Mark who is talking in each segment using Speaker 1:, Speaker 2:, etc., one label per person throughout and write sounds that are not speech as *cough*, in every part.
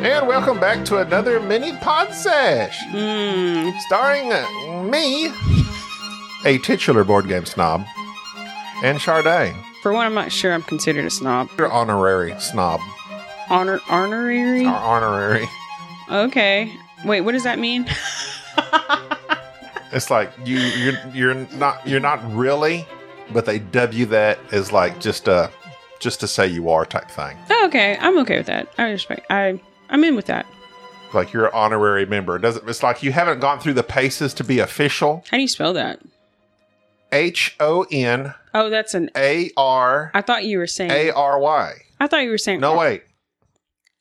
Speaker 1: And welcome back to another mini pod sesh,
Speaker 2: Hmm,
Speaker 1: starring uh, me, a titular board game snob, and Charday,
Speaker 2: For one, I'm not sure I'm considered a snob.
Speaker 1: your honorary snob,
Speaker 2: Honor, honorary?
Speaker 1: or honorary.
Speaker 2: Okay. Wait, what does that mean?
Speaker 1: It's like you you're you're not you're not really, but they W that as like just a just to say you are type thing.
Speaker 2: Oh, okay, I'm okay with that. I respect. I I'm in with that.
Speaker 1: Like you're an honorary member. It doesn't it's like you haven't gone through the paces to be official.
Speaker 2: How do you spell that?
Speaker 1: H O N
Speaker 2: Oh, that's an.
Speaker 1: A R
Speaker 2: I thought you were saying.
Speaker 1: A R Y.
Speaker 2: I thought you were saying. *laughs*
Speaker 1: No wait.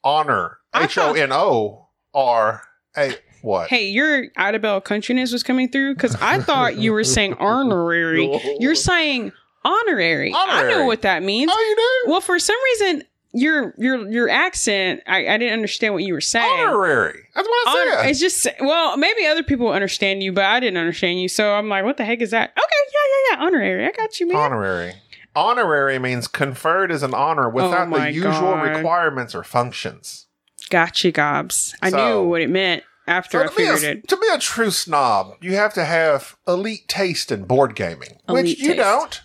Speaker 1: Honor.
Speaker 2: I
Speaker 1: H O
Speaker 2: thought-
Speaker 1: N O R A what?
Speaker 2: Hey, your Idabel countryness was coming through because I thought you were
Speaker 1: *laughs*
Speaker 2: saying honorary. You're saying honorary. I know
Speaker 1: Honorary.
Speaker 2: what that means.
Speaker 1: Oh you do?
Speaker 2: Well, for some reason, your your your accent, I, I didn't understand what you were saying.
Speaker 1: Honorary. That's what I
Speaker 2: Honor-
Speaker 1: said.
Speaker 2: Oh, it's just well, maybe other people understand you, but I didn't understand you, so I'm like, what the heck is that? Okay, yeah, yeah, yeah, honorary. I got you, man.
Speaker 1: Honorary. Honorary means conferred as an honor without
Speaker 2: Oh my
Speaker 1: the usual
Speaker 2: God.
Speaker 1: requirements or functions.
Speaker 2: Gotcha, gobs. I
Speaker 1: So-
Speaker 2: knew what it meant after I
Speaker 1: to, be a,
Speaker 2: figured it.
Speaker 1: to be a true snob, you have to have elite taste in board gaming, which
Speaker 2: Elite
Speaker 1: you
Speaker 2: taste.
Speaker 1: don't.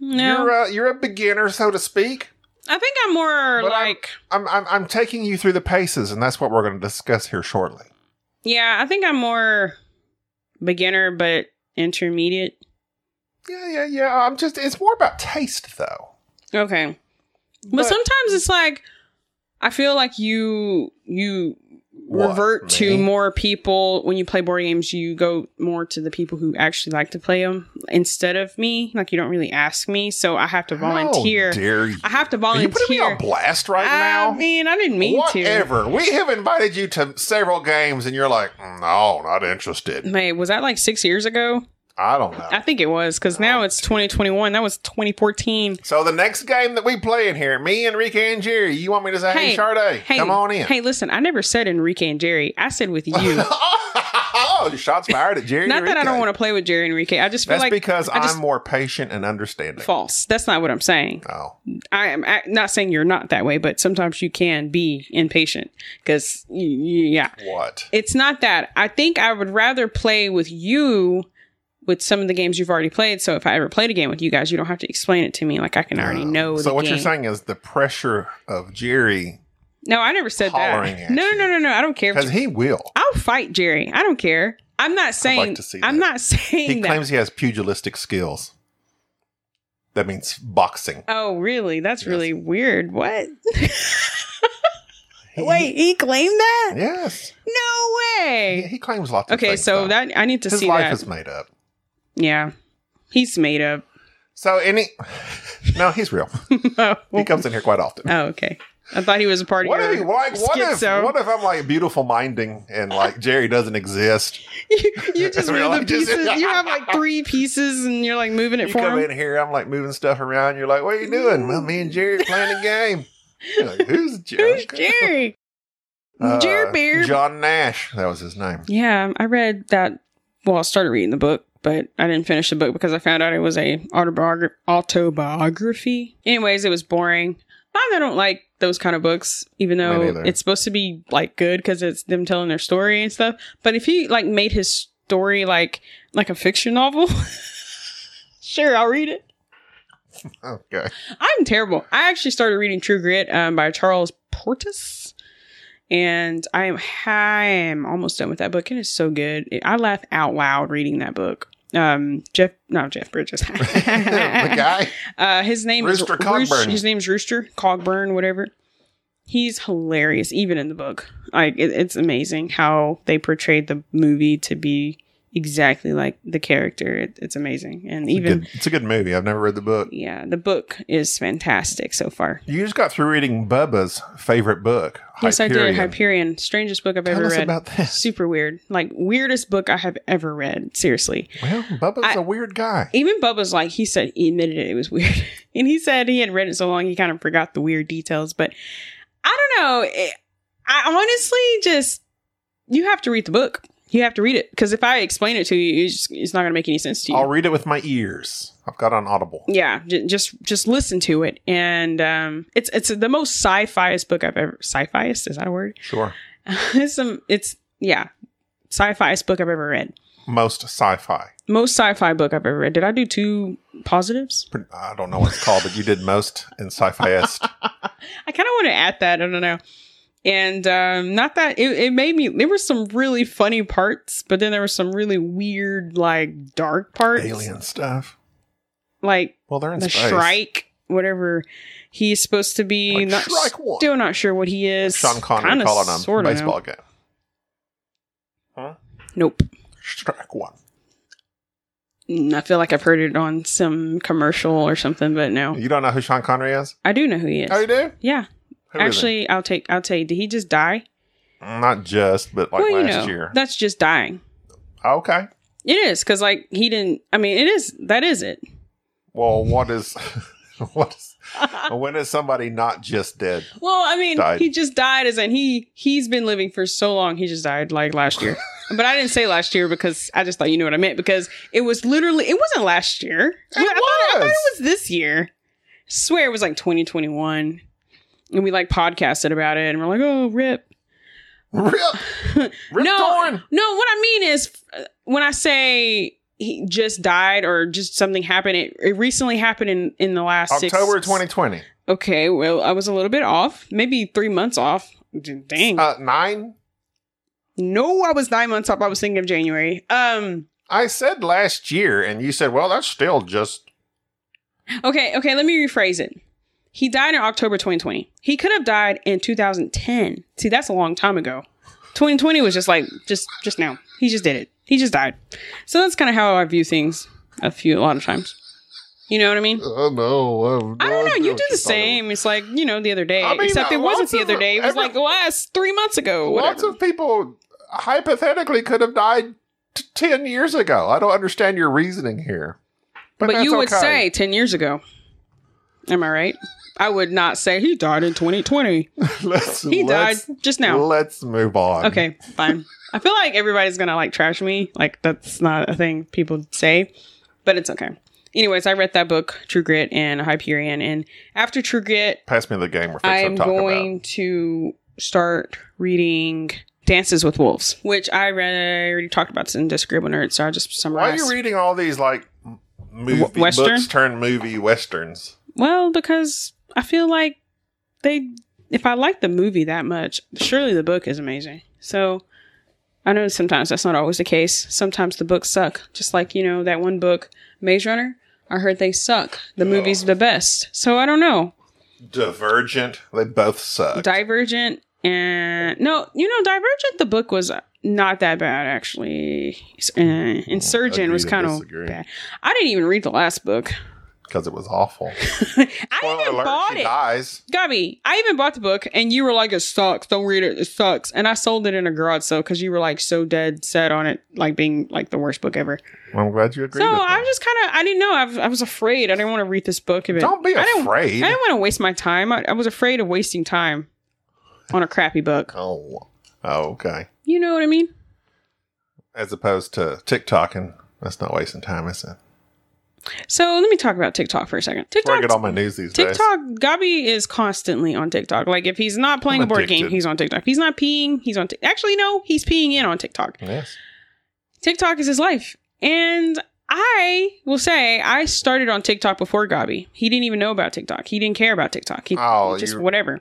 Speaker 2: No,
Speaker 1: You're a, you're a beginner, so to speak.
Speaker 2: I think I'm more
Speaker 1: But I'm-
Speaker 2: like,
Speaker 1: I'm, I'm I'm taking you through the paces, and that's what we're going to discuss here shortly.
Speaker 2: yeah, I think I'm more beginner, but intermediate.
Speaker 1: Yeah, yeah, yeah. I'm just it's more about taste, though.
Speaker 2: Okay, but,
Speaker 1: But-
Speaker 2: sometimes it's like I feel like you you
Speaker 1: What,
Speaker 2: revert to
Speaker 1: me?
Speaker 2: more people when you play board games. You go more to the people who actually like to play them instead of me. Like you don't really ask me, so I have to volunteer.
Speaker 1: How dare you?
Speaker 2: I have to
Speaker 1: Are
Speaker 2: volunteer.
Speaker 1: you putting me on blast right now?
Speaker 2: I mean, I didn't mean to.
Speaker 1: Whatever. We have invited you to several games, and you're like, "Mm, no, not interested.
Speaker 2: May was that like six years ago?
Speaker 1: I don't know.
Speaker 2: I think it was because now it's 2021. That was 2014.
Speaker 1: So the next game that we play in here, me, Enrique, and Jerry, you want me to say, hey, Charday,
Speaker 2: hey,
Speaker 1: come on in.
Speaker 2: Hey, listen, I never said Enrique and Jerry. I said with you.
Speaker 1: *laughs* oh, shots fired at Jerry.
Speaker 2: Not that I don't want to play with Jerry Enrique. I just feel
Speaker 1: That's
Speaker 2: like
Speaker 1: because
Speaker 2: I just-
Speaker 1: I'm more patient and understanding.
Speaker 2: false. That's not what I'm saying.
Speaker 1: Oh,
Speaker 2: I am I, not saying you're not that way, but sometimes you can be impatient because yeah,
Speaker 1: what?
Speaker 2: it's not that. I think I would rather play with you with some of the games you've already played. So if I ever played a game with you guys, you don't have to explain it to me. Like I can already know.
Speaker 1: Oh. So
Speaker 2: the
Speaker 1: what
Speaker 2: game.
Speaker 1: you're saying is the pressure of Jerry
Speaker 2: No, I never said
Speaker 1: Hollering
Speaker 2: that.
Speaker 1: at
Speaker 2: No, no,
Speaker 1: you.
Speaker 2: no, no, no. I don't care. If
Speaker 1: because he will.
Speaker 2: I'll fight Jerry. I don't care. I'm not saying.
Speaker 1: to see
Speaker 2: I'm
Speaker 1: that.
Speaker 2: not *laughs* saying
Speaker 1: He
Speaker 2: that.
Speaker 1: claims he has pugilistic skills. That means boxing.
Speaker 2: oh, really? That's
Speaker 1: Yes.
Speaker 2: really weird. What?
Speaker 1: *laughs* He-
Speaker 2: Wait, he claimed that?
Speaker 1: Yes. He,
Speaker 2: No way.
Speaker 1: he claims lots. of
Speaker 2: Okay,
Speaker 1: things,
Speaker 2: so
Speaker 1: though.
Speaker 2: that I need to
Speaker 1: his
Speaker 2: see
Speaker 1: life
Speaker 2: that.
Speaker 1: is made up.
Speaker 2: yeah, he's made up. *laughs*
Speaker 1: So any, *laughs* no, he's real.
Speaker 2: oh,
Speaker 1: He comes in here quite often.
Speaker 2: *laughs* okay. I thought he was a part
Speaker 1: What
Speaker 2: of
Speaker 1: if,
Speaker 2: your
Speaker 1: like, what if,
Speaker 2: schizo.
Speaker 1: what if I'm like beautiful minding and like Jerry doesn't exist?
Speaker 2: *laughs* you,
Speaker 1: *laughs*
Speaker 2: you just
Speaker 1: We're
Speaker 2: move the
Speaker 1: like, just- *laughs*
Speaker 2: pieces. you have like three pieces, and you're like moving it
Speaker 1: You
Speaker 2: for
Speaker 1: come
Speaker 2: him.
Speaker 1: in here, I'm like moving stuff around. You're like, what are you doing? Well, me and Jerry are playing a game. You're like, Who's Jerry?
Speaker 2: Who's Jerry?
Speaker 1: Uh,
Speaker 2: Jerry Bear.
Speaker 1: John Nash. That was his
Speaker 2: *laughs*
Speaker 1: name.
Speaker 2: Yeah, I read that. Well, I started reading the book, but I didn't finish the book because I found out it was a autobiogra- autobiography. Anyways, it was boring. Not that I don't like those kind of books, even though
Speaker 1: neither.
Speaker 2: it's supposed to be like good because it's them telling their story and stuff. But if he like made his story like like a fiction novel, *laughs* sure, I'll read it.
Speaker 1: Okay. *laughs*
Speaker 2: I'm terrible. I actually started reading True Grit um, by Charles Portis, and I am I am almost done with that book. It is so good. It- I laugh out loud reading that book. Um, Jeff, not Jeff
Speaker 1: *laughs*
Speaker 2: Bridges. *laughs*
Speaker 1: the guy.
Speaker 2: Uh, his name
Speaker 1: Rooster
Speaker 2: is Roos-
Speaker 1: Cogburn.
Speaker 2: his name's Rooster Cogburn, whatever. He's hilarious, even in the book. Like it, it's amazing how they portrayed the movie to be exactly like the character. It, it's amazing, and
Speaker 1: It's a
Speaker 2: even
Speaker 1: good- it's a good movie. I've never read the book.
Speaker 2: yeah, the book is fantastic so far.
Speaker 1: You just got through reading Bubba's favorite book.
Speaker 2: Yes, I did.
Speaker 1: Hyperion.
Speaker 2: Hyperion, strangest book I've
Speaker 1: Tell
Speaker 2: ever
Speaker 1: us
Speaker 2: read.
Speaker 1: about this.
Speaker 2: Super weird, like weirdest book I have ever read. Seriously,
Speaker 1: Well, Bubba's
Speaker 2: I-
Speaker 1: a weird guy.
Speaker 2: even Bubba's like he said he admitted it, it was *laughs* weird, and he said he had read it so long he kind of forgot the weird details. But I don't know. It, I honestly just you have to read the book. You have to read it because if I explain it to you, it's, just, it's not going to make any sense to you.
Speaker 1: I'll read it with my ears. I've got it on Audible.
Speaker 2: yeah j- just just listen to it and um it's it's the most sci-fi-ist book i've ever sci-fi-ist is that a word
Speaker 1: Sure.
Speaker 2: it's *laughs* some it's yeah sci-fi-ist book i've ever read
Speaker 1: Most sci-fi.
Speaker 2: most sci-fi book i've ever read did i do two positives
Speaker 1: Pre- I don't know what it's called, but you did most in
Speaker 2: *laughs*
Speaker 1: sci-fi-est.
Speaker 2: i kind of want to add that i don't know and um not that it, it made me there were some really funny parts but then there were some really weird like dark parts
Speaker 1: Alien stuff.
Speaker 2: like
Speaker 1: Well, they're in
Speaker 2: the
Speaker 1: space.
Speaker 2: Shrike, whatever he's supposed to be.
Speaker 1: Like
Speaker 2: not
Speaker 1: Shrike what?
Speaker 2: still not sure what he is.
Speaker 1: Sean Connery
Speaker 2: Kinda,
Speaker 1: calling a
Speaker 2: sorta know.
Speaker 1: baseball game.
Speaker 2: Nope.
Speaker 1: Strike one.
Speaker 2: Mm, I feel like I've heard it on some commercial or something, but no,
Speaker 1: You don't know who Sean Connery is?
Speaker 2: I do know who he is.
Speaker 1: Oh, you do?
Speaker 2: yeah,
Speaker 1: Who is he?
Speaker 2: actually, I'll take. I'll tell you. Did he just die?
Speaker 1: not just, but like
Speaker 2: well, you
Speaker 1: last
Speaker 2: know,
Speaker 1: year.
Speaker 2: that's just dying.
Speaker 1: okay.
Speaker 2: It is because like he didn't. I mean, it is. That is it.
Speaker 1: Well, what is *laughs* what
Speaker 2: *laughs*
Speaker 1: is when is somebody not just dead?
Speaker 2: Well, I mean,
Speaker 1: Died.
Speaker 2: he just died as in he he's been living for so long. He just died like
Speaker 1: *laughs*
Speaker 2: last year. but I didn't say last year because I just thought you knew what I meant because it was literally it wasn't last year. I,
Speaker 1: It
Speaker 2: I thought, I thought
Speaker 1: was.
Speaker 2: it was this year. swear it was like 2021. And we like podcasted about it and we're like, "Oh, rip."
Speaker 1: Rip,
Speaker 2: *laughs*
Speaker 1: rip
Speaker 2: No.
Speaker 1: Torn.
Speaker 2: No, what I mean is uh, when I say he just died or just something happened, it, it recently happened in in the last six-
Speaker 1: October 2020.
Speaker 2: Okay, well, I was a little bit off, maybe 3 months off. D- Dang.
Speaker 1: Uh, nine.
Speaker 2: No, I was nine months up. I was thinking of January. Um.
Speaker 1: I said last year, and you said, "Well, that's still just."
Speaker 2: Okay. Okay. Let me rephrase it. He died in October 2020. He could have died in 2010. See, that's a long time ago. 2020 was just like just just now. He just did it. He just died. So that's kind of how I view things. A few a lot of times. You know what I mean?
Speaker 1: Oh no!
Speaker 2: I don't know. You do the same. It's like you know the other day,
Speaker 1: I mean,
Speaker 2: except it wasn't
Speaker 1: lots
Speaker 2: the
Speaker 1: of-
Speaker 2: other day. It was
Speaker 1: every-
Speaker 2: like last three months ago.
Speaker 1: Lots
Speaker 2: Whatever.
Speaker 1: of people hypothetically could have died t- ten years ago. I don't understand your reasoning here.
Speaker 2: But,
Speaker 1: that's
Speaker 2: you would
Speaker 1: okay.
Speaker 2: say 10 years ago. Am I right? I would not say he died in 2020.
Speaker 1: *laughs* let's,
Speaker 2: He died
Speaker 1: let's-
Speaker 2: just now.
Speaker 1: Let's move on.
Speaker 2: Okay, fine. I feel like everybody's going to like trash me. Like that's not a thing people say, but it's okay. Anyways, I read that book, True Grit and Hyperion, and after True Grit,
Speaker 1: Pass me the game. We're fixing
Speaker 2: I'm
Speaker 1: to talk
Speaker 2: going
Speaker 1: about.
Speaker 2: to start reading Dances with Wolves, which I read, I already talked about in Disagreeable Nerd, so I just
Speaker 1: Why are
Speaker 2: summarized.
Speaker 1: you reading all these like m- movie
Speaker 2: W- Western?
Speaker 1: books turn movie westerns?
Speaker 2: Well, because I feel like they, if I like the movie that much, surely the book is amazing. So I know sometimes that's not always the case. Sometimes the books suck. Just like, you know, that one book, Maze Runner, I heard they suck. The movie's the best. So I don't know.
Speaker 1: Divergent. They both suck.
Speaker 2: Divergent and, no, you know, Divergent, the book was not that bad, actually. Uh, Insurgent
Speaker 1: Oh, agree
Speaker 2: was
Speaker 1: to
Speaker 2: kind of
Speaker 1: disagree.
Speaker 2: bad. I didn't even read the last book.
Speaker 1: because it was awful.
Speaker 2: I even bought
Speaker 1: she
Speaker 2: it.
Speaker 1: dies.
Speaker 2: Gabby, I even bought the book and you were like, it sucks. Don't read it. It sucks. And I sold it in a garage sale because you were like so dead set on it, like being like the worst book ever.
Speaker 1: I'm glad you agree
Speaker 2: so
Speaker 1: with
Speaker 2: I
Speaker 1: me.
Speaker 2: just kind of, I didn't know. I, I was afraid. I didn't want to read this book. If it,
Speaker 1: Don't be
Speaker 2: I didn't,
Speaker 1: afraid.
Speaker 2: I didn't want to waste my time. I, I was afraid of wasting time on a crappy book.
Speaker 1: oh. oh, okay.
Speaker 2: You know what I mean?
Speaker 1: As opposed to TikToking. That's not wasting time, is it?
Speaker 2: So let me talk about TikTok for a second.
Speaker 1: That's where I get all
Speaker 2: TikTok.
Speaker 1: my news these days.
Speaker 2: TikTok, Gabi is constantly on TikTok. Like, if he's not playing
Speaker 1: I'm
Speaker 2: a board game,
Speaker 1: addicted.
Speaker 2: he's on TikTok. If he's not peeing, he's on TikTok. Actually, no, he's peeing in on TikTok.
Speaker 1: Yes.
Speaker 2: TikTok is his life. And I will say I started on TikTok before Gabi. He didn't even know about TikTok. He didn't care about TikTok. He
Speaker 1: Oh,
Speaker 2: just
Speaker 1: you- *sighs*
Speaker 2: whatever.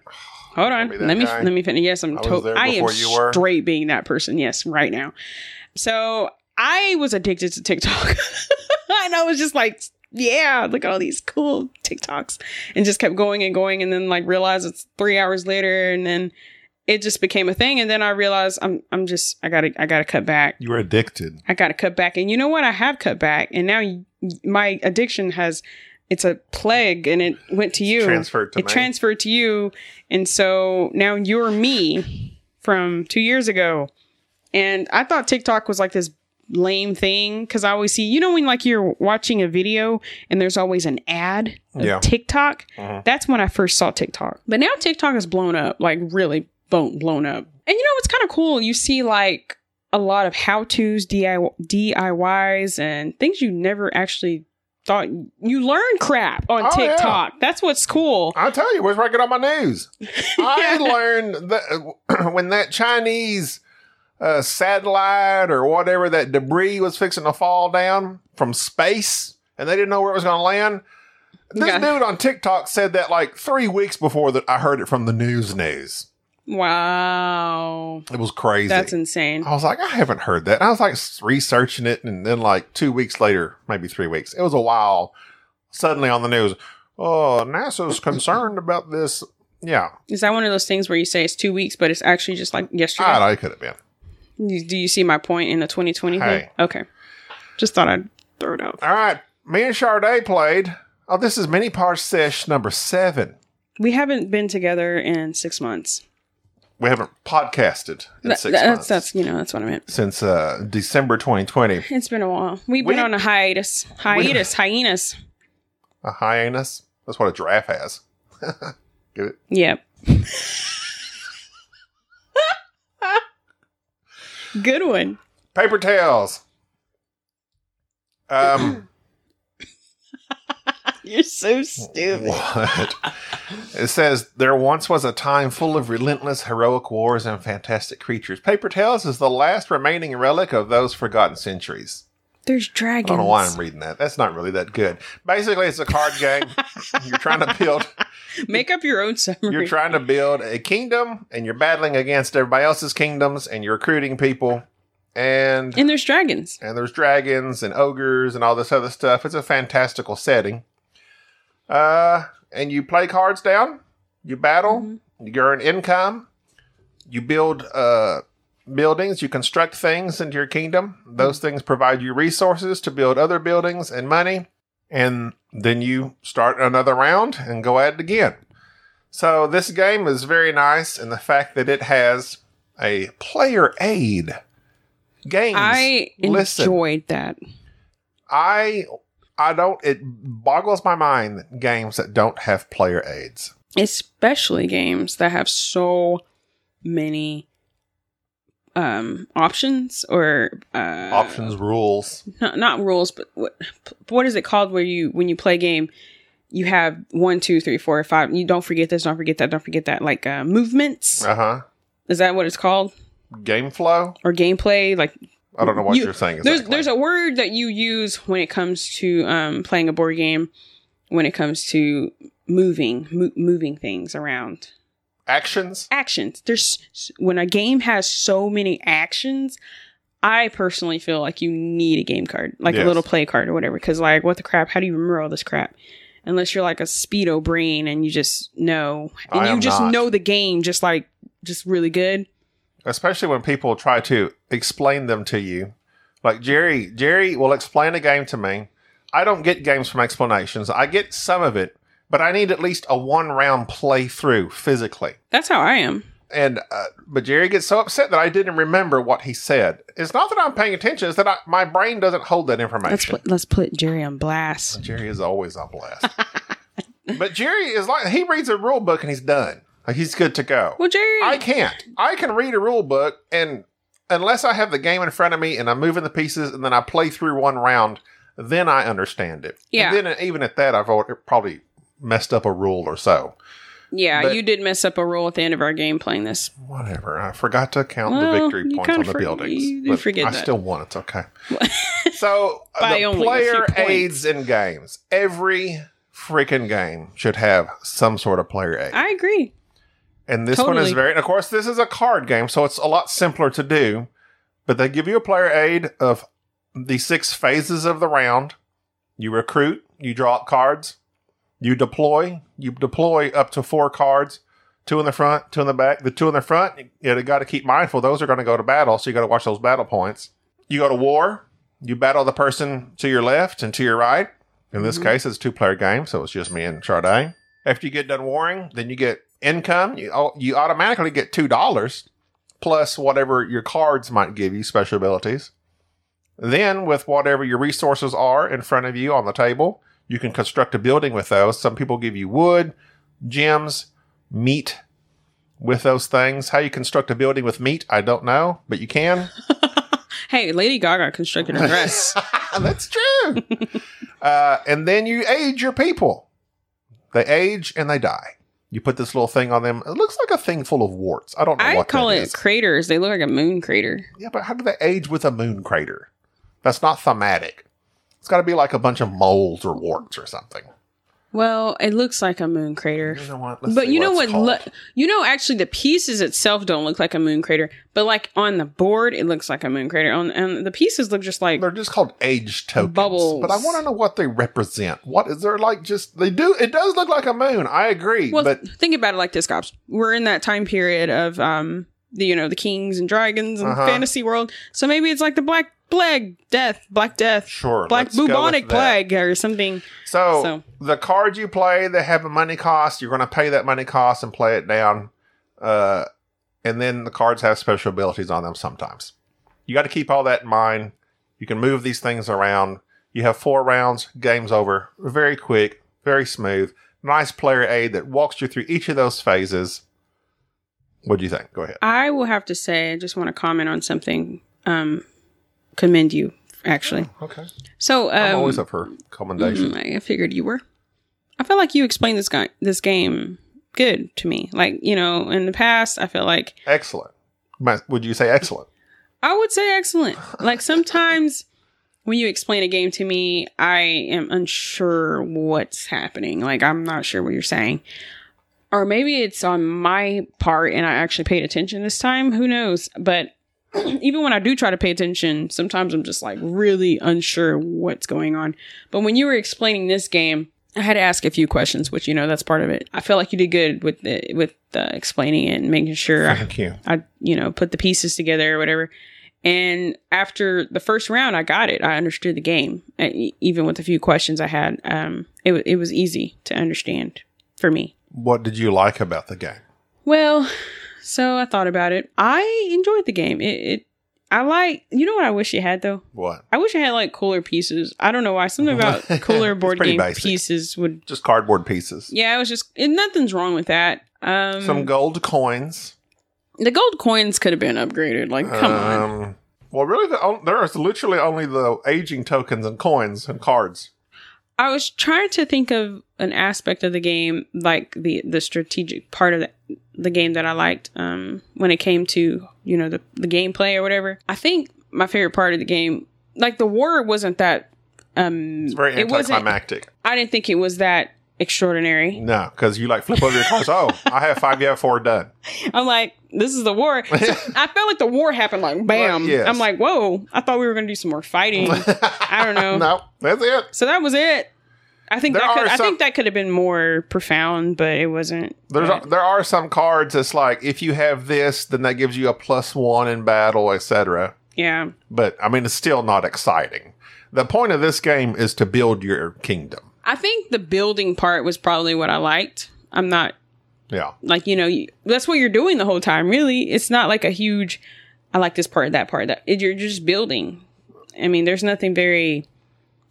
Speaker 2: Hold on.
Speaker 1: Gonna be that
Speaker 2: Let me
Speaker 1: guy.
Speaker 2: let me finish. Yes, I'm
Speaker 1: I
Speaker 2: I,
Speaker 1: was there
Speaker 2: I am
Speaker 1: before you were.
Speaker 2: straight being that person. Yes, right now. So I was addicted to TikTok. *laughs* and I was just like, yeah, look at all these cool TikToks. And just kept going and going and then like realized it's three hours later and then it just became a thing and then I realized I'm I'm just I got to I got to cut back.
Speaker 1: You were addicted.
Speaker 2: I got to cut back. And you know what? I have cut back and now y- my addiction has it's a plague and it went to you.
Speaker 1: Transferred to
Speaker 2: it
Speaker 1: me.
Speaker 2: transferred to you and so now you're me from 2 years ago. And I thought TikTok was like this lame thing cuz I always see you know when like you're watching a video and there's always an ad of
Speaker 1: Yeah.
Speaker 2: TikTok.
Speaker 1: Mhm.
Speaker 2: That's when I first saw TikTok. But now TikTok is blown up, like really blown blown up. And you know it's kind of cool. You see like a lot of how tos, DIYs, and things you never actually thought you learn crap on
Speaker 1: Oh, yeah.
Speaker 2: TikTok. That's what's cool.
Speaker 1: I'll tell you, where's where I get all my news? I learned that uh, *clears throat* when that Chinese uh, satellite or whatever that debris was fixing to fall down from space and they didn't know where it was going to land. This
Speaker 2: Yeah.
Speaker 1: dude on TikTok said that like three weeks before that I heard it from the news news.
Speaker 2: Wow.
Speaker 1: It was crazy.
Speaker 2: That's insane.
Speaker 1: I was like, I haven't heard that. And I was like s- researching it, and then like two weeks later, maybe three weeks, it was a while. Suddenly on the news, oh, NASA's concerned about this. Yeah,
Speaker 2: Is that one of those things where you say it's two weeks, but it's actually just like yesterday?
Speaker 1: I, I could have been.
Speaker 2: You- Do you see my point in the 2020 thing?
Speaker 1: Hey.
Speaker 2: Okay. Just thought I'd throw it out.
Speaker 1: All right, me and Charday played. Oh, this is mini par sesh number seven.
Speaker 2: We haven't been together in six months.
Speaker 1: We haven't podcasted in
Speaker 2: That-
Speaker 1: six
Speaker 2: that's,
Speaker 1: months
Speaker 2: That's, you know, that's what I meant.
Speaker 1: since uh, December 2020.
Speaker 2: It's been a while. We've
Speaker 1: We-
Speaker 2: been on a hiatus. Hiatus. hyenas.
Speaker 1: A hyenas. That's what a giraffe has. *laughs* Get it?
Speaker 2: Yep. *laughs* Good one.
Speaker 1: Paper tails. Um.
Speaker 2: *laughs* You're so stupid.
Speaker 1: What? it says there once was a time full of relentless heroic wars and fantastic creatures. Paper Tales is the last remaining relic of those forgotten centuries.
Speaker 2: There's
Speaker 1: I
Speaker 2: dragons.
Speaker 1: don't know why I'm reading that. That's not really that good. Basically, it's a card game. you're trying to build.
Speaker 2: Make up your own summary. *laughs*
Speaker 1: You're trying to build a kingdom, and you're battling against everybody else's kingdoms, and you're recruiting people, and
Speaker 2: and there's dragons.
Speaker 1: and there's dragons and ogres and all this other stuff. It's a fantastical setting. Uh, and you play cards down, you battle, you earn income, you build uh, buildings, you construct things into your kingdom. Those things provide you resources to build other buildings and money. And then you start another round and go at it again. So this game is very nice in the fact that it has a player aid. Games.
Speaker 2: I
Speaker 1: Listen.
Speaker 2: enjoyed that.
Speaker 1: I I don't it boggles my mind that games that don't have player aids.
Speaker 2: especially games that have so many um options or uh
Speaker 1: Options, rules.
Speaker 2: not, not rules but what what is it called where you when you play a game you have one two three four five you don't forget this don't forget that don't forget that like uh movements
Speaker 1: Uh-huh.
Speaker 2: is that what it's called
Speaker 1: Game flow.
Speaker 2: or gameplay like
Speaker 1: I don't know what
Speaker 2: You-
Speaker 1: you, are saying
Speaker 2: there's
Speaker 1: exactly.
Speaker 2: there's a word that you use when it comes to um playing a board game when it comes to moving mo- moving things around
Speaker 1: actions.
Speaker 2: actions. There's when a game has so many actions, I personally feel like you need a game card, like
Speaker 1: Yes.
Speaker 2: a little play card or whatever. Because like, what the crap? How do you remember all this crap? Unless you're like a speedo brain and you just know, and
Speaker 1: I
Speaker 2: you
Speaker 1: am
Speaker 2: just
Speaker 1: not.
Speaker 2: know the game, just like just really good.
Speaker 1: Especially when people try to explain them to you. Like Jerry, Jerry will explain a game to me. I don't get games from explanations. I get some of it, but I need at least a one round playthrough physically.
Speaker 2: That's how I am.
Speaker 1: and uh, but Jerry gets so upset that I didn't remember what he said. It's not that I'm paying attention; it's that I, my brain doesn't hold that
Speaker 2: Let's
Speaker 1: information.
Speaker 2: put, let's put Jerry on blast.
Speaker 1: Jerry is always on blast, but Jerry is like he reads a rule book and he's done. Like he's good to go.
Speaker 2: Well, Jerry,
Speaker 1: I can't. I can read a rule book and unless I have the game in front of me and I'm moving the pieces and then I play through one round, then I understand it.
Speaker 2: Yeah.
Speaker 1: And then even at that, I've al- probably messed up a rule or so.
Speaker 2: yeah,
Speaker 1: but-
Speaker 2: you did mess up a rule at the end of our game playing this.
Speaker 1: Whatever. I forgot to count the
Speaker 2: Well,
Speaker 1: victory
Speaker 2: you
Speaker 1: points
Speaker 2: kinda
Speaker 1: on the
Speaker 2: for-
Speaker 1: buildings.
Speaker 2: you- you
Speaker 1: but
Speaker 2: forget
Speaker 1: I
Speaker 2: that.
Speaker 1: still won. It's
Speaker 2: *laughs*
Speaker 1: okay. so uh,
Speaker 2: By
Speaker 1: the
Speaker 2: only a
Speaker 1: player
Speaker 2: few points.
Speaker 1: aids in games. Every freaking game should have some sort of player aid.
Speaker 2: I agree.
Speaker 1: and this one is
Speaker 2: totally.
Speaker 1: very. And of course, this is a card game, so it's a lot simpler to do. But they give you a player aid of the six phases of the round. You recruit. You draw up cards. You deploy. You deploy up to four cards. Two in the front, two in the back. The two in the front, you, you got to keep mindful. Those are going to go to battle, so you got to watch those battle points. You go to war, you battle the person to your left and to your right. In this
Speaker 2: Mhm.
Speaker 1: case, it's a two player game, so it's just me and Chardin. After you get done warring, then you get income. You, au- you automatically get $2 plus whatever your cards might give you, special abilities. Then, with whatever your resources are in front of you on the table, you can construct a building with those. Some people give you wood, gems, meat with those things. How you construct a building with meat, I don't know, but you
Speaker 2: *laughs*
Speaker 1: can.
Speaker 2: Hey, Lady Gaga constructed a dress.
Speaker 1: That's true. uh, and then you age your people. They age and they die. You put this little thing on them. It looks like a thing full of warts. *laughs* I don't know
Speaker 2: I
Speaker 1: what
Speaker 2: call
Speaker 1: that
Speaker 2: it
Speaker 1: is.
Speaker 2: craters. They look like a moon crater.
Speaker 1: Yeah, but how do they age with a moon crater? That's not thematic. It's got to be like a bunch of moles or warts or something.
Speaker 2: Well, it looks like a moon crater.
Speaker 1: You know what? Let's
Speaker 2: but
Speaker 1: see
Speaker 2: you know
Speaker 1: it's
Speaker 2: what?
Speaker 1: called.
Speaker 2: lo- you know, actually, the pieces itself don't look like a moon crater, but like on the board, it looks like a moon crater. On and the pieces look just like
Speaker 1: They're just called age tokens.
Speaker 2: Bubbles.
Speaker 1: But I want to know what they represent. What is there like? Just they do. It does look like a moon. I agree.
Speaker 2: Well,
Speaker 1: but
Speaker 2: think about it like this, cops. We're in that time period of um the you know the kings and dragons and
Speaker 1: Uh-huh.
Speaker 2: fantasy world. So maybe it's like the black plague, death, black death,
Speaker 1: sure,
Speaker 2: black
Speaker 1: let's go with
Speaker 2: bubonic
Speaker 1: that.
Speaker 2: plague or something.
Speaker 1: So,
Speaker 2: So-
Speaker 1: the cards you play that have a money cost, you're going to pay that money cost and play it down. Uh, and then the cards have special abilities on them sometimes. You got to keep all that in mind. You can move these things around. You have four rounds. Game's over. Very quick. Very smooth. Nice player aid that walks you through each of those phases. What do you think? Go ahead.
Speaker 2: I will have to say, I just want to comment on something. Um, commend you actually.
Speaker 1: Okay.
Speaker 2: So um,
Speaker 1: I'm always up for commendation.
Speaker 2: Mm, I figured you were. I feel like you explained this guy this game good to me. Like you know, in the past, I feel like
Speaker 1: Excellent. My- Would you say excellent?
Speaker 2: I would say excellent. Like sometimes when you explain a game to me, I am unsure what's happening. Like I'm not sure what you're saying. Or maybe it's on my part and I actually paid attention this time. Who knows? But *clears throat* even when I do try to pay attention, sometimes I'm just like really unsure what's going on. But when you were explaining this game, I had to ask a few questions, which you know that's part of it. I feel like you did good with the with the explaining it and making sure I
Speaker 1: Thank you.
Speaker 2: I, you know, put the pieces together or whatever. And after the first round, I got it. I understood the game, Uh, e- even with a few questions I had. Um, it wa- it was easy to understand for me.
Speaker 1: What did you like about the game?
Speaker 2: Well, so I thought about it. I enjoyed the game. It, it I like. You know what I wish you had though.
Speaker 1: What?
Speaker 2: I wish I had like cooler pieces. I don't know why. Something about
Speaker 1: *laughs*
Speaker 2: cooler
Speaker 1: It's
Speaker 2: board
Speaker 1: pretty
Speaker 2: game
Speaker 1: basic.
Speaker 2: pieces would.
Speaker 1: just cardboard pieces.
Speaker 2: Yeah, it was just and nothing's wrong with that. Um,
Speaker 1: Some gold coins.
Speaker 2: the gold coins could have been upgraded. Like, come on.
Speaker 1: Um, Well, really, the, on- there is literally only the aging tokens and coins and cards.
Speaker 2: I was trying to think of an aspect of the game, like the the strategic part of the, the game that I liked. Um, when it came to you know the the gameplay or whatever, I think my favorite part of the game, like the war, wasn't that. Um,
Speaker 1: It's very
Speaker 2: it wasn't.
Speaker 1: anticlimactic.
Speaker 2: I didn't think it was that extraordinary.
Speaker 1: No, because you like flip over your cards. oh, I have five. You have four. Done.
Speaker 2: I'm like, this is
Speaker 1: *laughs*
Speaker 2: the war. So I felt like the war happened like bam.
Speaker 1: Well, yes.
Speaker 2: I'm like, whoa. I thought we were gonna do some more fighting.
Speaker 1: I *laughs*
Speaker 2: don't know.
Speaker 1: no, that's it.
Speaker 2: so that was it. I think
Speaker 1: There
Speaker 2: that could,
Speaker 1: are
Speaker 2: I
Speaker 1: some-
Speaker 2: think that could have been more profound, but it wasn't.
Speaker 1: There's
Speaker 2: Right.
Speaker 1: there are some cards that's like if you have this, then that gives you a plus one in battle, etc.
Speaker 2: Yeah.
Speaker 1: But I mean, it's still not exciting. The point of this game is to build your kingdom.
Speaker 2: I think the building part was probably what I liked. I'm not
Speaker 1: Yeah,
Speaker 2: like, you know, you, that's what you're doing the whole time, really. It's not like a huge, I like this part, that part, that it, you're just building. I mean, there's nothing very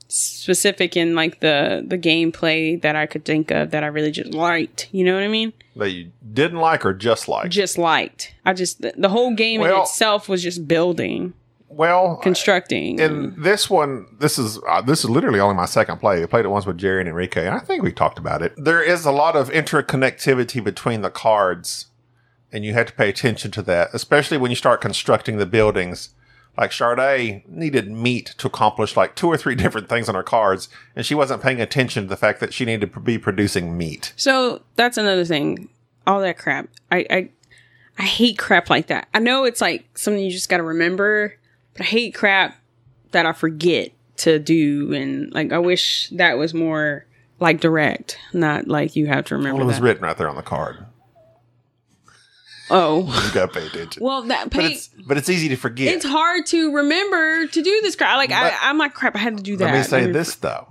Speaker 2: specific in like the the gameplay that I could think of that I really just liked. You know what I mean?
Speaker 1: that you didn't like or just like.
Speaker 2: Just liked. I just the, the whole game in
Speaker 1: Well-
Speaker 2: itself was just building,
Speaker 1: well,
Speaker 2: constructing.
Speaker 1: And this one, this is uh, this is literally only my second play. I played it once with Jerry and Enrique, and I think we talked about it. There is a lot of interconnectivity between the cards, and you have to pay attention to that, especially when you start constructing the buildings. Like Charday needed meat to accomplish like two or three *laughs* different things on her cards, and she wasn't paying attention to the fact that she needed to be producing meat.
Speaker 2: So that's another thing. All that crap. I I, I hate crap like that. I know it's like something you just got to remember, but I hate crap that I forget to do. And like, I wish that was more like direct, not like you have to remember.
Speaker 1: Well, it was
Speaker 2: that.
Speaker 1: written right there on the card.
Speaker 2: Oh.
Speaker 1: You gotta pay attention.
Speaker 2: Well, that
Speaker 1: but
Speaker 2: pay,
Speaker 1: it's but it's easy to forget.
Speaker 2: it's hard to remember to do this crap. Like
Speaker 1: But-
Speaker 2: I, I'm like crap. I had to do that.
Speaker 1: Let me say
Speaker 2: Let me-
Speaker 1: this though,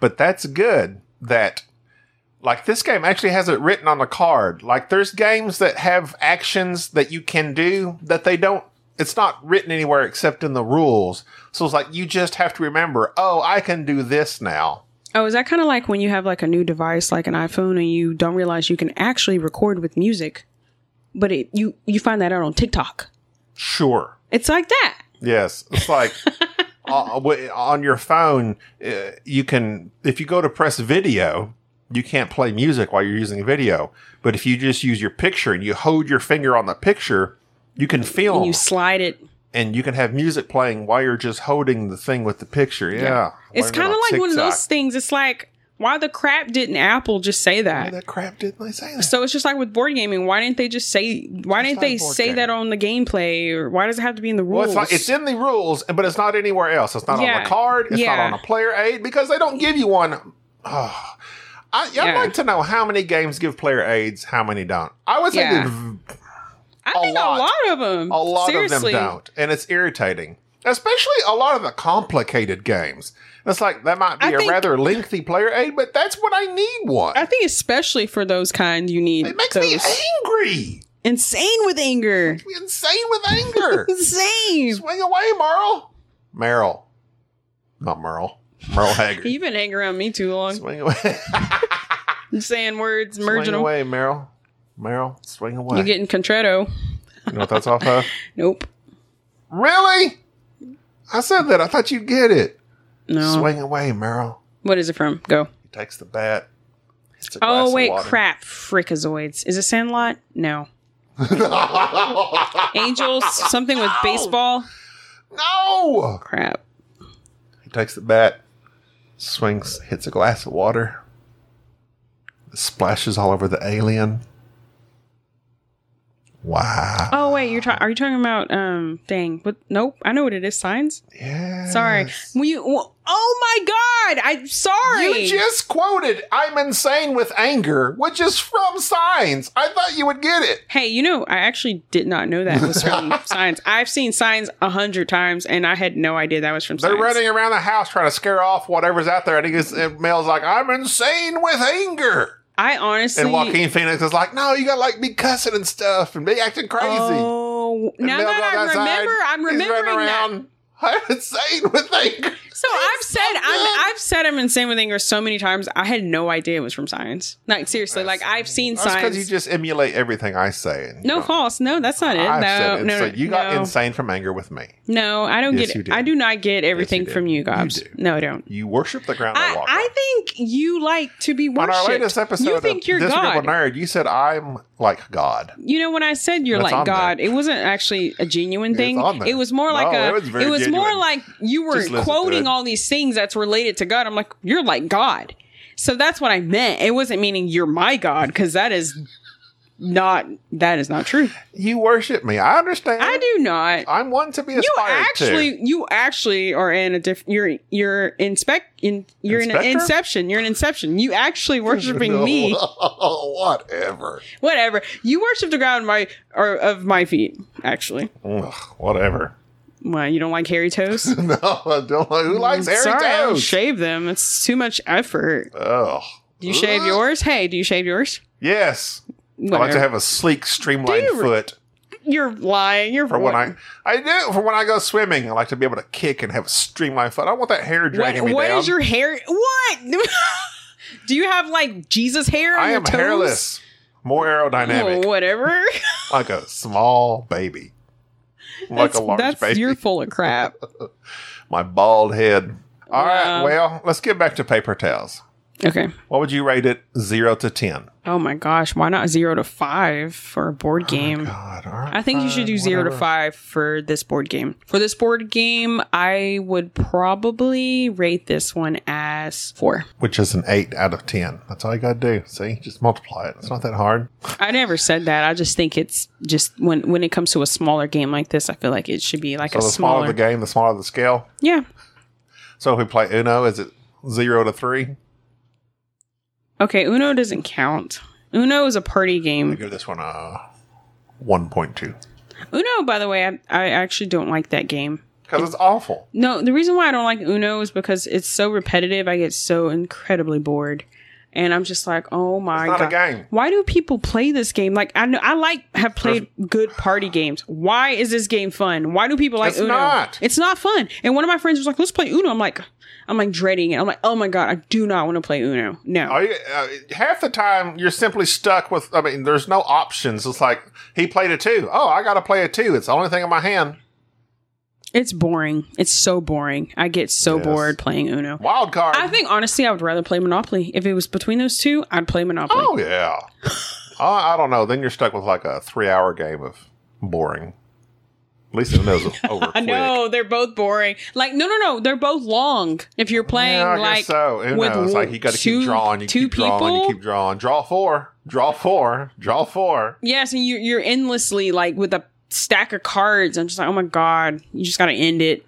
Speaker 1: but that's good that like this game actually has it written on a card. Like there's games that have actions that you can do that they don't. It's not written anywhere except in the rules. So it's like you just have to remember. Oh, I can do this now.
Speaker 2: Oh, is that kind of like when you have like a new device, like an iPhone, and you don't realize you can actually record with music, but it you you find that out on TikTok.
Speaker 1: Sure.
Speaker 2: It's like that.
Speaker 1: Yes, it's
Speaker 2: *laughs*
Speaker 1: like uh, w- on your phone. Uh, you can if you go to press video, you can't play music while you're using video. But if you just use your picture and you hold your finger on the picture, you can film
Speaker 2: And
Speaker 1: and
Speaker 2: you
Speaker 1: you,
Speaker 2: slide it.
Speaker 1: can have music playing while you're just holding the thing with the picture. Yeah,
Speaker 2: It's
Speaker 1: Learned it
Speaker 2: kind of
Speaker 1: on
Speaker 2: like one of
Speaker 1: TikTok.
Speaker 2: those things. It's like why the crap didn't Apple just say
Speaker 1: Why
Speaker 2: that?
Speaker 1: the crap didn't they say that?
Speaker 2: So it's just like with board gaming. Why didn't they just say? Why
Speaker 1: It's
Speaker 2: didn't
Speaker 1: not a
Speaker 2: they
Speaker 1: board
Speaker 2: say
Speaker 1: game.
Speaker 2: that on the gameplay? Or why does it have to be in the
Speaker 1: well,
Speaker 2: rules?
Speaker 1: it's like it's in the rules, but it's not anywhere else. It's not on
Speaker 2: Yeah.
Speaker 1: the card. It's
Speaker 2: Yeah.
Speaker 1: not on a player aid because they don't give you one. Oh, I, I'd
Speaker 2: Yeah.
Speaker 1: like to know how many games give player aids, how many don't. I would say
Speaker 2: Yeah.
Speaker 1: that
Speaker 2: I
Speaker 1: a
Speaker 2: think
Speaker 1: lot.
Speaker 2: a lot of them.
Speaker 1: a lot
Speaker 2: Seriously.
Speaker 1: of them don't, and it's irritating, especially a lot of the complicated games. It's like that might be
Speaker 2: I
Speaker 1: a
Speaker 2: think-
Speaker 1: rather lengthy player aid, but that's what I need one.
Speaker 2: I think especially for those kind, you need
Speaker 1: it makes
Speaker 2: those.
Speaker 1: me angry,
Speaker 2: insane with anger.
Speaker 1: insane with anger.
Speaker 2: *laughs* Insane.
Speaker 1: Swing away, Merle. Merle, not Merle. Merle Haggard.
Speaker 2: You've been hanging around me too long.
Speaker 1: Swing away. *laughs*
Speaker 2: You're saying words,
Speaker 1: swing
Speaker 2: merging them.
Speaker 1: away, Meryl. Meryl, swing away.
Speaker 2: You're getting contretto.
Speaker 1: you know what that's off of?
Speaker 2: Nope.
Speaker 1: Really? I said that. I thought you'd get it.
Speaker 2: No.
Speaker 1: Swing away, Meryl.
Speaker 2: What is it from? Go.
Speaker 1: He takes the bat. hits a glass
Speaker 2: Oh
Speaker 1: of
Speaker 2: wait,
Speaker 1: water.
Speaker 2: crap. Frickazoids. Is it Sandlot?
Speaker 1: *laughs*
Speaker 2: No. Angels. Something with baseball.
Speaker 1: no!
Speaker 2: Crap.
Speaker 1: He takes the bat, swings, hits a glass of water, splashes all over the alien. Wow.
Speaker 2: Oh wait, you're talking. Are you talking about um? Dang. What? Nope. I know what it is. Signs.
Speaker 1: Yeah.
Speaker 2: Sorry. Will you? w- Oh my God. I'm sorry.
Speaker 1: You just quoted "I'm insane with anger," which is from Signs. I thought you would get it.
Speaker 2: Hey, you know, I actually did not know that
Speaker 1: *laughs*
Speaker 2: was from Signs. I've seen Signs a hundred times, and I had no idea that was from
Speaker 1: They're
Speaker 2: Signs.
Speaker 1: running around the house trying to scare off whatever's out there, and he gets, and Mel's like, "I'm insane with anger,"
Speaker 2: I honestly.
Speaker 1: and Joaquin Phoenix is like, "No, you gotta like be cussing and stuff and be acting crazy."
Speaker 2: Oh,
Speaker 1: And
Speaker 2: now
Speaker 1: Mel
Speaker 2: that I
Speaker 1: goes outside,
Speaker 2: remember, I'm
Speaker 1: he's running
Speaker 2: remembering that.
Speaker 1: *laughs* I'm insane with anger.
Speaker 2: So I've said
Speaker 1: good.
Speaker 2: I'm, I've said I'm insane with anger so many times. I had no idea it was from Signs. Like seriously, like I've seen
Speaker 1: That's because you
Speaker 2: Signs.
Speaker 1: just emulate everything I say. And you
Speaker 2: No
Speaker 1: don't.
Speaker 2: false. No, that's not it.
Speaker 1: I've
Speaker 2: no,
Speaker 1: said it.
Speaker 2: no,
Speaker 1: so
Speaker 2: no,
Speaker 1: you got
Speaker 2: no.
Speaker 1: insane from anger with me.
Speaker 2: No, I don't
Speaker 1: Yes,
Speaker 2: get
Speaker 1: you
Speaker 2: it.
Speaker 1: do.
Speaker 2: I do not get everything
Speaker 1: do.
Speaker 2: from you,
Speaker 1: You
Speaker 2: Gobs.
Speaker 1: do.
Speaker 2: No, I don't.
Speaker 1: You worship the ground.
Speaker 2: I,
Speaker 1: walk on.
Speaker 2: I think you like to be
Speaker 1: on
Speaker 2: worshipped.
Speaker 1: our latest episode
Speaker 2: you
Speaker 1: of
Speaker 2: think you're
Speaker 1: Disagreeable
Speaker 2: God.
Speaker 1: Nerd, you said I'm like God.
Speaker 2: You know when I said you're
Speaker 1: That's on
Speaker 2: like God, it wasn't actually a genuine thing.
Speaker 1: on there.
Speaker 2: It was more like
Speaker 1: No,
Speaker 2: a.
Speaker 1: it was very
Speaker 2: more
Speaker 1: genuine.
Speaker 2: like you were
Speaker 1: Just listen to it.
Speaker 2: quoting all these things that's related to God. I'm like, you're like God. So that's what I meant. It wasn't meaning you're my God because that is not that is not true.
Speaker 1: You worship me. I understand.
Speaker 2: I do not.
Speaker 1: I'm one to be
Speaker 2: You
Speaker 1: aspired
Speaker 2: actually,
Speaker 1: to.
Speaker 2: you actually are in a diff. You're you're inspect. In, you're in
Speaker 1: Inspector?
Speaker 2: an inception. You're an inception. You actually
Speaker 1: *laughs*
Speaker 2: worshiping
Speaker 1: No,
Speaker 2: me.
Speaker 1: whatever.
Speaker 2: Whatever. You worship the ground my or of my feet. Actually.
Speaker 1: Ugh, whatever.
Speaker 2: Why you don't like hairy toes?
Speaker 1: *laughs* No, I don't like. Who likes hairy
Speaker 2: Sorry, I don't
Speaker 1: toes?
Speaker 2: shave them. It's too much effort.
Speaker 1: Ugh.
Speaker 2: Do you shave
Speaker 1: Ugh.
Speaker 2: yours? Hey, do you shave yours?
Speaker 1: Yes. I like to have a sleek, streamlined
Speaker 2: Do you-
Speaker 1: foot
Speaker 2: You're lying. You're
Speaker 1: for
Speaker 2: what,
Speaker 1: when I I do for when I go swimming. I like to be able to kick and have a streamlined foot. I don't want that hair dragging
Speaker 2: What,
Speaker 1: me
Speaker 2: what
Speaker 1: down.
Speaker 2: is your hair? What? *laughs* do you have like Jesus hair? On
Speaker 1: I
Speaker 2: your
Speaker 1: am
Speaker 2: toes?
Speaker 1: hairless, more aerodynamic. *laughs*
Speaker 2: Oh, whatever.
Speaker 1: like a small baby. Like
Speaker 2: that's
Speaker 1: a large
Speaker 2: that's
Speaker 1: baby.
Speaker 2: you're full of crap.
Speaker 1: My bald head. All right.
Speaker 2: Wow.
Speaker 1: Well, let's get back to paper towels.
Speaker 2: Okay.
Speaker 1: What would you rate it? Zero to ten.
Speaker 2: Oh my gosh, why not zero to five for a board
Speaker 1: Oh
Speaker 2: game?
Speaker 1: God. All right,
Speaker 2: I think you should
Speaker 1: fine,
Speaker 2: do zero to
Speaker 1: Uh, whatever.
Speaker 2: five for this board game. For this board game, I would probably rate this one as four.
Speaker 1: Which is an eight out of ten. That's all you gotta do. See, just multiply it. It's not that hard.
Speaker 2: I never said that. I just think it's just when when it comes to a smaller game like this, I feel like it should be like
Speaker 1: So
Speaker 2: a
Speaker 1: the smaller
Speaker 2: smaller.
Speaker 1: the game, the smaller the scale.
Speaker 2: yeah.
Speaker 1: So if we play Uno, is it zero to three?
Speaker 2: Okay. Uno doesn't count. Uno is a
Speaker 1: I
Speaker 2: party game.
Speaker 1: give this one a 1.2
Speaker 2: Uno, by the way, I, I actually don't like that game.
Speaker 1: because it's awful.
Speaker 2: No, the reason why I don't like Uno is because it's so repetitive. I get so incredibly bored, and I'm just like, oh my
Speaker 1: It's not
Speaker 2: god,
Speaker 1: a game.
Speaker 2: why do people play this game? Like I know I like have played good party games. Why is this game fun? Why do people like
Speaker 1: It's
Speaker 2: Uno?
Speaker 1: not.
Speaker 2: It's not fun. And one of my friends was like, let's play Uno. I'm like, I'm like dreading it. I'm like, oh my god, I do not want to play Uno. No,
Speaker 1: Are you, uh, half the time you're simply stuck with. I mean, there's no options. It's like he played a two. Oh, I got to play a two. It's the only thing in my hand.
Speaker 2: it's boring. It's so boring. I get so
Speaker 1: Yes.
Speaker 2: bored playing Uno.
Speaker 1: Wild card.
Speaker 2: I think honestly, I would rather play Monopoly. If it was between those two, I'd play Monopoly.
Speaker 1: oh yeah. *laughs* I, I don't know. Then you're stuck with like a three-hour game of boring. At least it knows it's over.
Speaker 2: *laughs* I
Speaker 1: quick.
Speaker 2: know they're both boring. Like no, no, no, they're both long. If you're playing
Speaker 1: Yeah, I
Speaker 2: like
Speaker 1: guess so. Who
Speaker 2: with
Speaker 1: knows? Like you got to
Speaker 2: two-
Speaker 1: keep drawing. You
Speaker 2: two
Speaker 1: keep drawing. You
Speaker 2: people?
Speaker 1: keep drawing. Draw four. Draw four. Draw four.
Speaker 2: yes, and you're you're endlessly like with a stack of cards. I'm just like, oh my god, you just gotta end it.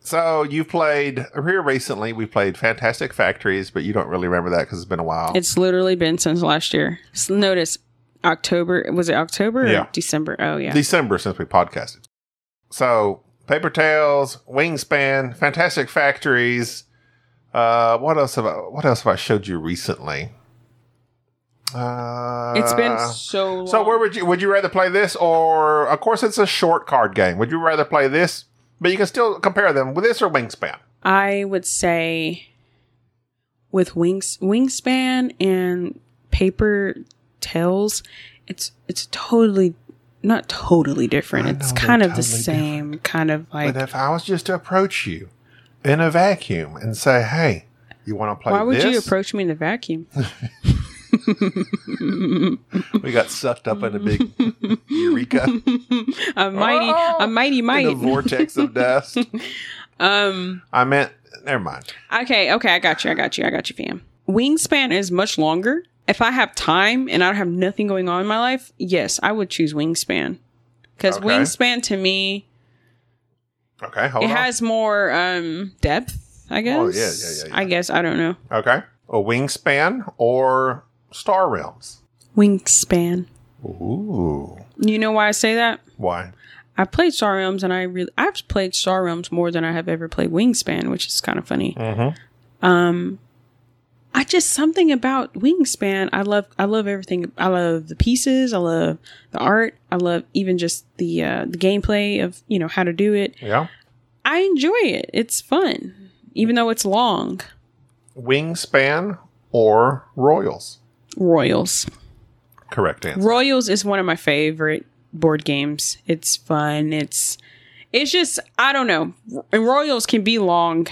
Speaker 1: So you played here recently. We played Fantastic Factories, but you don't really remember that because it's been a while.
Speaker 2: It's literally been since last year. S- Notice October was it October
Speaker 1: Yeah.
Speaker 2: or December? Oh yeah,
Speaker 1: December since we podcasted. So Paper Tales, Wingspan, Fantastic Factories. Uh, what else have I, what else have I showed you recently? Uh,
Speaker 2: it's been so. Long.
Speaker 1: so. Where would you would you rather play this or? Of course, it's a short card game. Would you rather play this? But you can still compare them with this or Wingspan.
Speaker 2: I would say with wings wingspan and paper tails, it's it's totally not totally different.
Speaker 1: I
Speaker 2: It's
Speaker 1: know, they're
Speaker 2: kind of the
Speaker 1: totally
Speaker 2: same kind of like
Speaker 1: But if I was just to approach you in a vacuum and say, "Hey, you want to play?"
Speaker 2: why would you
Speaker 1: this?
Speaker 2: approach me in
Speaker 1: *laughs*
Speaker 2: the vacuum?
Speaker 1: We got sucked up in a *laughs* big eureka.
Speaker 2: a mighty a
Speaker 1: Oh,
Speaker 2: mighty
Speaker 1: in
Speaker 2: might.
Speaker 1: a vortex of *laughs* dust.
Speaker 2: um
Speaker 1: I meant, never mind.
Speaker 2: okay, okay, I got you, I got you, I got you, fam. Wingspan is much longer. If I have time and I don't have nothing going on in my life, yes, I would choose wingspan. Because
Speaker 1: Okay.
Speaker 2: wingspan to me
Speaker 1: Okay, hold
Speaker 2: it
Speaker 1: on.
Speaker 2: has more um depth, I guess.
Speaker 1: Oh, yeah, yeah, yeah,
Speaker 2: I guess I don't know.
Speaker 1: okay, a wingspan or Star Realms.
Speaker 2: Wingspan.
Speaker 1: Ooh,
Speaker 2: You know why I say that?
Speaker 1: why?
Speaker 2: I played Star Realms and I really I've played Star Realms more than I have ever played Wingspan, which is kind of funny.
Speaker 1: Mm-hmm.
Speaker 2: Um I just something about Wingspan. I love I love everything. I love the pieces, I love the art, I love even just the uh the gameplay of, you know, how to do it.
Speaker 1: Yeah,
Speaker 2: I enjoy it. It's fun. Even though it's long.
Speaker 1: wingspan or Royals.
Speaker 2: Royals.
Speaker 1: Correct answer.
Speaker 2: Royals is one of my favorite board games. It's fun. It's it's just I don't know. And Royals can be long,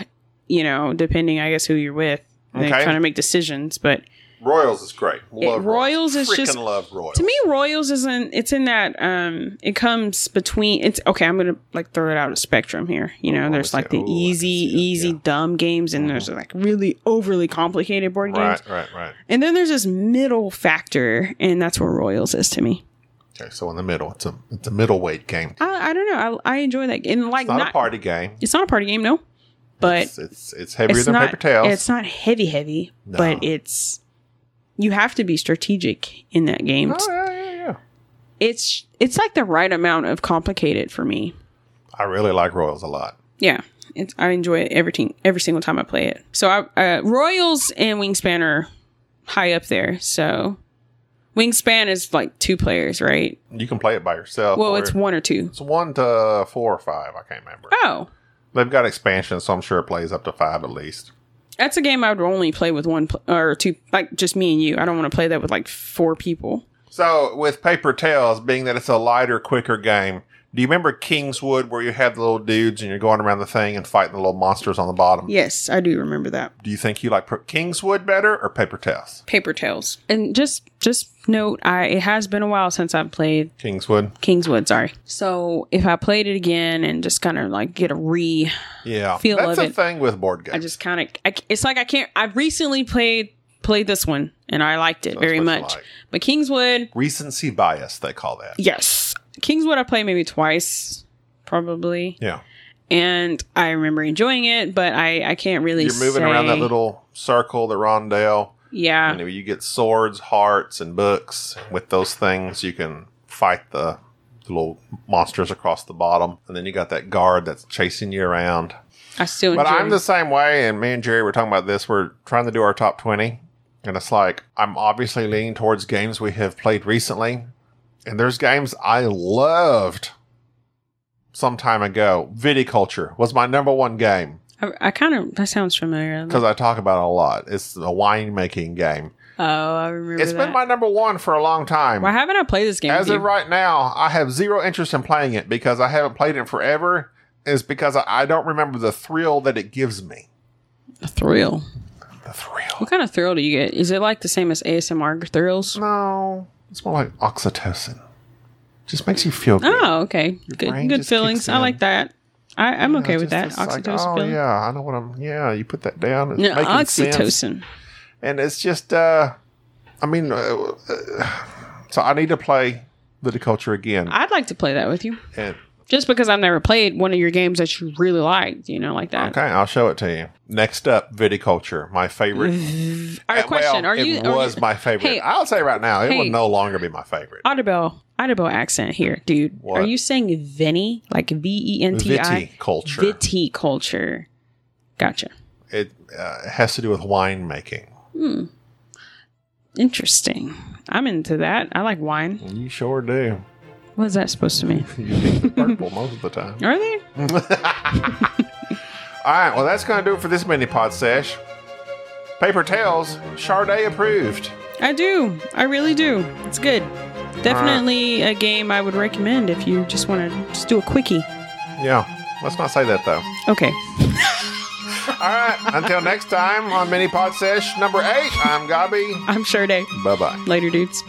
Speaker 2: you know, depending I guess who you're with. They're
Speaker 1: Okay.
Speaker 2: trying to make decisions, but
Speaker 1: Royals is great.
Speaker 2: It- Royals is
Speaker 1: Freaking
Speaker 2: just-
Speaker 1: love Royals.
Speaker 2: to me Royals isn't it's in that um it comes between it's okay, I'm going to like throw it out a spectrum here. You know,
Speaker 1: Oh,
Speaker 2: there's
Speaker 1: I
Speaker 2: like
Speaker 1: see. Ooh,
Speaker 2: the
Speaker 1: I can
Speaker 2: easy
Speaker 1: see it,
Speaker 2: easy
Speaker 1: yeah. Uh-huh.
Speaker 2: dumb games and there's like really overly complicated board games.
Speaker 1: right, right, right.
Speaker 2: And then there's this middle factor and that's what Royals is to me.
Speaker 1: Okay, so in the middle, it's a it's a middleweight game.
Speaker 2: I, I don't know. I, I enjoy that. And like
Speaker 1: It's not,
Speaker 2: not,
Speaker 1: a party game,
Speaker 2: it's not a party game, no. But
Speaker 1: it's, it's it's
Speaker 2: it's,
Speaker 1: heavier than
Speaker 2: not
Speaker 1: paper towels.
Speaker 2: it's not heavy heavy,
Speaker 1: No.
Speaker 2: but it's you have to be strategic in that game.
Speaker 1: Oh, yeah, yeah, yeah.
Speaker 2: It's it's like the right amount of complicated for me.
Speaker 1: I really like Royals a lot.
Speaker 2: Yeah. It's, I enjoy it every team, every single time I play it. So I, uh, Royals and Wingspan are high up there. So Wingspan is like two players, right?
Speaker 1: You can play it by yourself.
Speaker 2: Well,
Speaker 1: or-
Speaker 2: it's one or two.
Speaker 1: It's one to four or five. I can't remember.
Speaker 2: Oh,
Speaker 1: They've got expansions, so I'm sure it plays up to five at least.
Speaker 2: That's a game I would only play with one pl- or two, like just me and you. I don't want to play that with like four people.
Speaker 1: So, with Paper Tales, being that it's a lighter, quicker game, do you remember Kingswood where you have the little dudes and you're going around the thing and fighting the little monsters on the bottom?
Speaker 2: Yes, I do remember that.
Speaker 1: Do you think you like Pro- Kingswood better or Paper Tales?
Speaker 2: Paper Tales. And just just note, I it has been a while since I've played
Speaker 1: Kingswood.
Speaker 2: Kingswood. Sorry. So if I played it again and just kind of like get a re,
Speaker 1: Yeah.
Speaker 2: Feel
Speaker 1: That's
Speaker 2: of
Speaker 1: the
Speaker 2: it.
Speaker 1: thing with board
Speaker 2: I
Speaker 1: games.
Speaker 2: just kind of it's like I can't. I recently played played this one and I liked it
Speaker 1: That's
Speaker 2: very
Speaker 1: what you
Speaker 2: much.
Speaker 1: like.
Speaker 2: But Kingswood,
Speaker 1: Recency bias, they call that.
Speaker 2: yes, Kingswood. I played maybe twice, probably,
Speaker 1: Yeah.
Speaker 2: and I remember enjoying it, but I I can't really.
Speaker 1: You're moving around that
Speaker 2: say-
Speaker 1: little circle, the rondelle.
Speaker 2: Yeah.
Speaker 1: You know, you get swords, hearts, and books. With those things, you can fight the the little monsters across the bottom, and then you got that guard that's chasing you around.
Speaker 2: I still
Speaker 1: But
Speaker 2: enjoy
Speaker 1: I'm the same way, and me and Jerry were talking about this. We're trying to do our top 20, and it's like I'm obviously leaning towards games we have played recently, and there's games I loved some time ago. Viticulture was my number one game
Speaker 2: I, I kind of that sounds familiar.
Speaker 1: because I talk about it a lot. It's a winemaking game.
Speaker 2: oh, I remember
Speaker 1: It's
Speaker 2: that.
Speaker 1: been my number one for a long time.
Speaker 2: Why haven't I played this game?
Speaker 1: As
Speaker 2: with you?
Speaker 1: of right now, I have zero interest in playing it because I haven't played it forever. Is because I- I don't remember the thrill that it gives me.
Speaker 2: A thrill.
Speaker 1: The thrill.
Speaker 2: What kind of thrill do you get? Is it like the same as ASMR thrills?
Speaker 1: No, it's more like oxytocin. Just makes you feel good.
Speaker 2: Oh, okay. Good,
Speaker 1: brain
Speaker 2: good
Speaker 1: just
Speaker 2: feelings.
Speaker 1: kicks
Speaker 2: I
Speaker 1: in.
Speaker 2: like that. I, I'm okay with that.
Speaker 1: Just- it's like,
Speaker 2: Oxytocin.
Speaker 1: oh
Speaker 2: feeling.
Speaker 1: yeah, I know what I'm. Yeah, you put that down. It's
Speaker 2: No,
Speaker 1: making
Speaker 2: oxytocin.
Speaker 1: sense. and it's just. uh I mean, uh, uh, so I need to play Viticulture again,
Speaker 2: I'd like to play that with you.
Speaker 1: and
Speaker 2: Just because I've never played one of your games that you really liked, you know, like that.
Speaker 1: Okay, I'll show it to you. Next up, viticulture, my favorite.
Speaker 2: All right,
Speaker 1: Uh,
Speaker 2: question.
Speaker 1: well,
Speaker 2: are you
Speaker 1: It
Speaker 2: are
Speaker 1: was
Speaker 2: you-
Speaker 1: my favorite.
Speaker 2: Hey.
Speaker 1: I'll say right now, it
Speaker 2: Hey.
Speaker 1: will no longer be my favorite.
Speaker 2: Audubon Audubon accent here, dude?
Speaker 1: What?
Speaker 2: Are you saying Vinny like V E N T I?
Speaker 1: Viticulture.
Speaker 2: Viticulture. Gotcha.
Speaker 1: it uh, has to do with winemaking.
Speaker 2: Interesting. I'm into that. I like wine.
Speaker 1: You sure do.
Speaker 2: What is that supposed to mean?
Speaker 1: *laughs* You think the purple most of the time.
Speaker 2: Are they?
Speaker 1: All right, well, that's going to do it for this mini pod sesh. Paper Tales, Charday approved.
Speaker 2: I do. I really do. It's good. Definitely a game I would recommend if you just want to just do a quickie.
Speaker 1: Yeah, let's not say that though.
Speaker 2: Okay.
Speaker 1: All right, until next time on mini pod sesh number eight, I'm Gabi.
Speaker 2: I'm sure day.
Speaker 1: Bye bye.
Speaker 2: Later, dudes.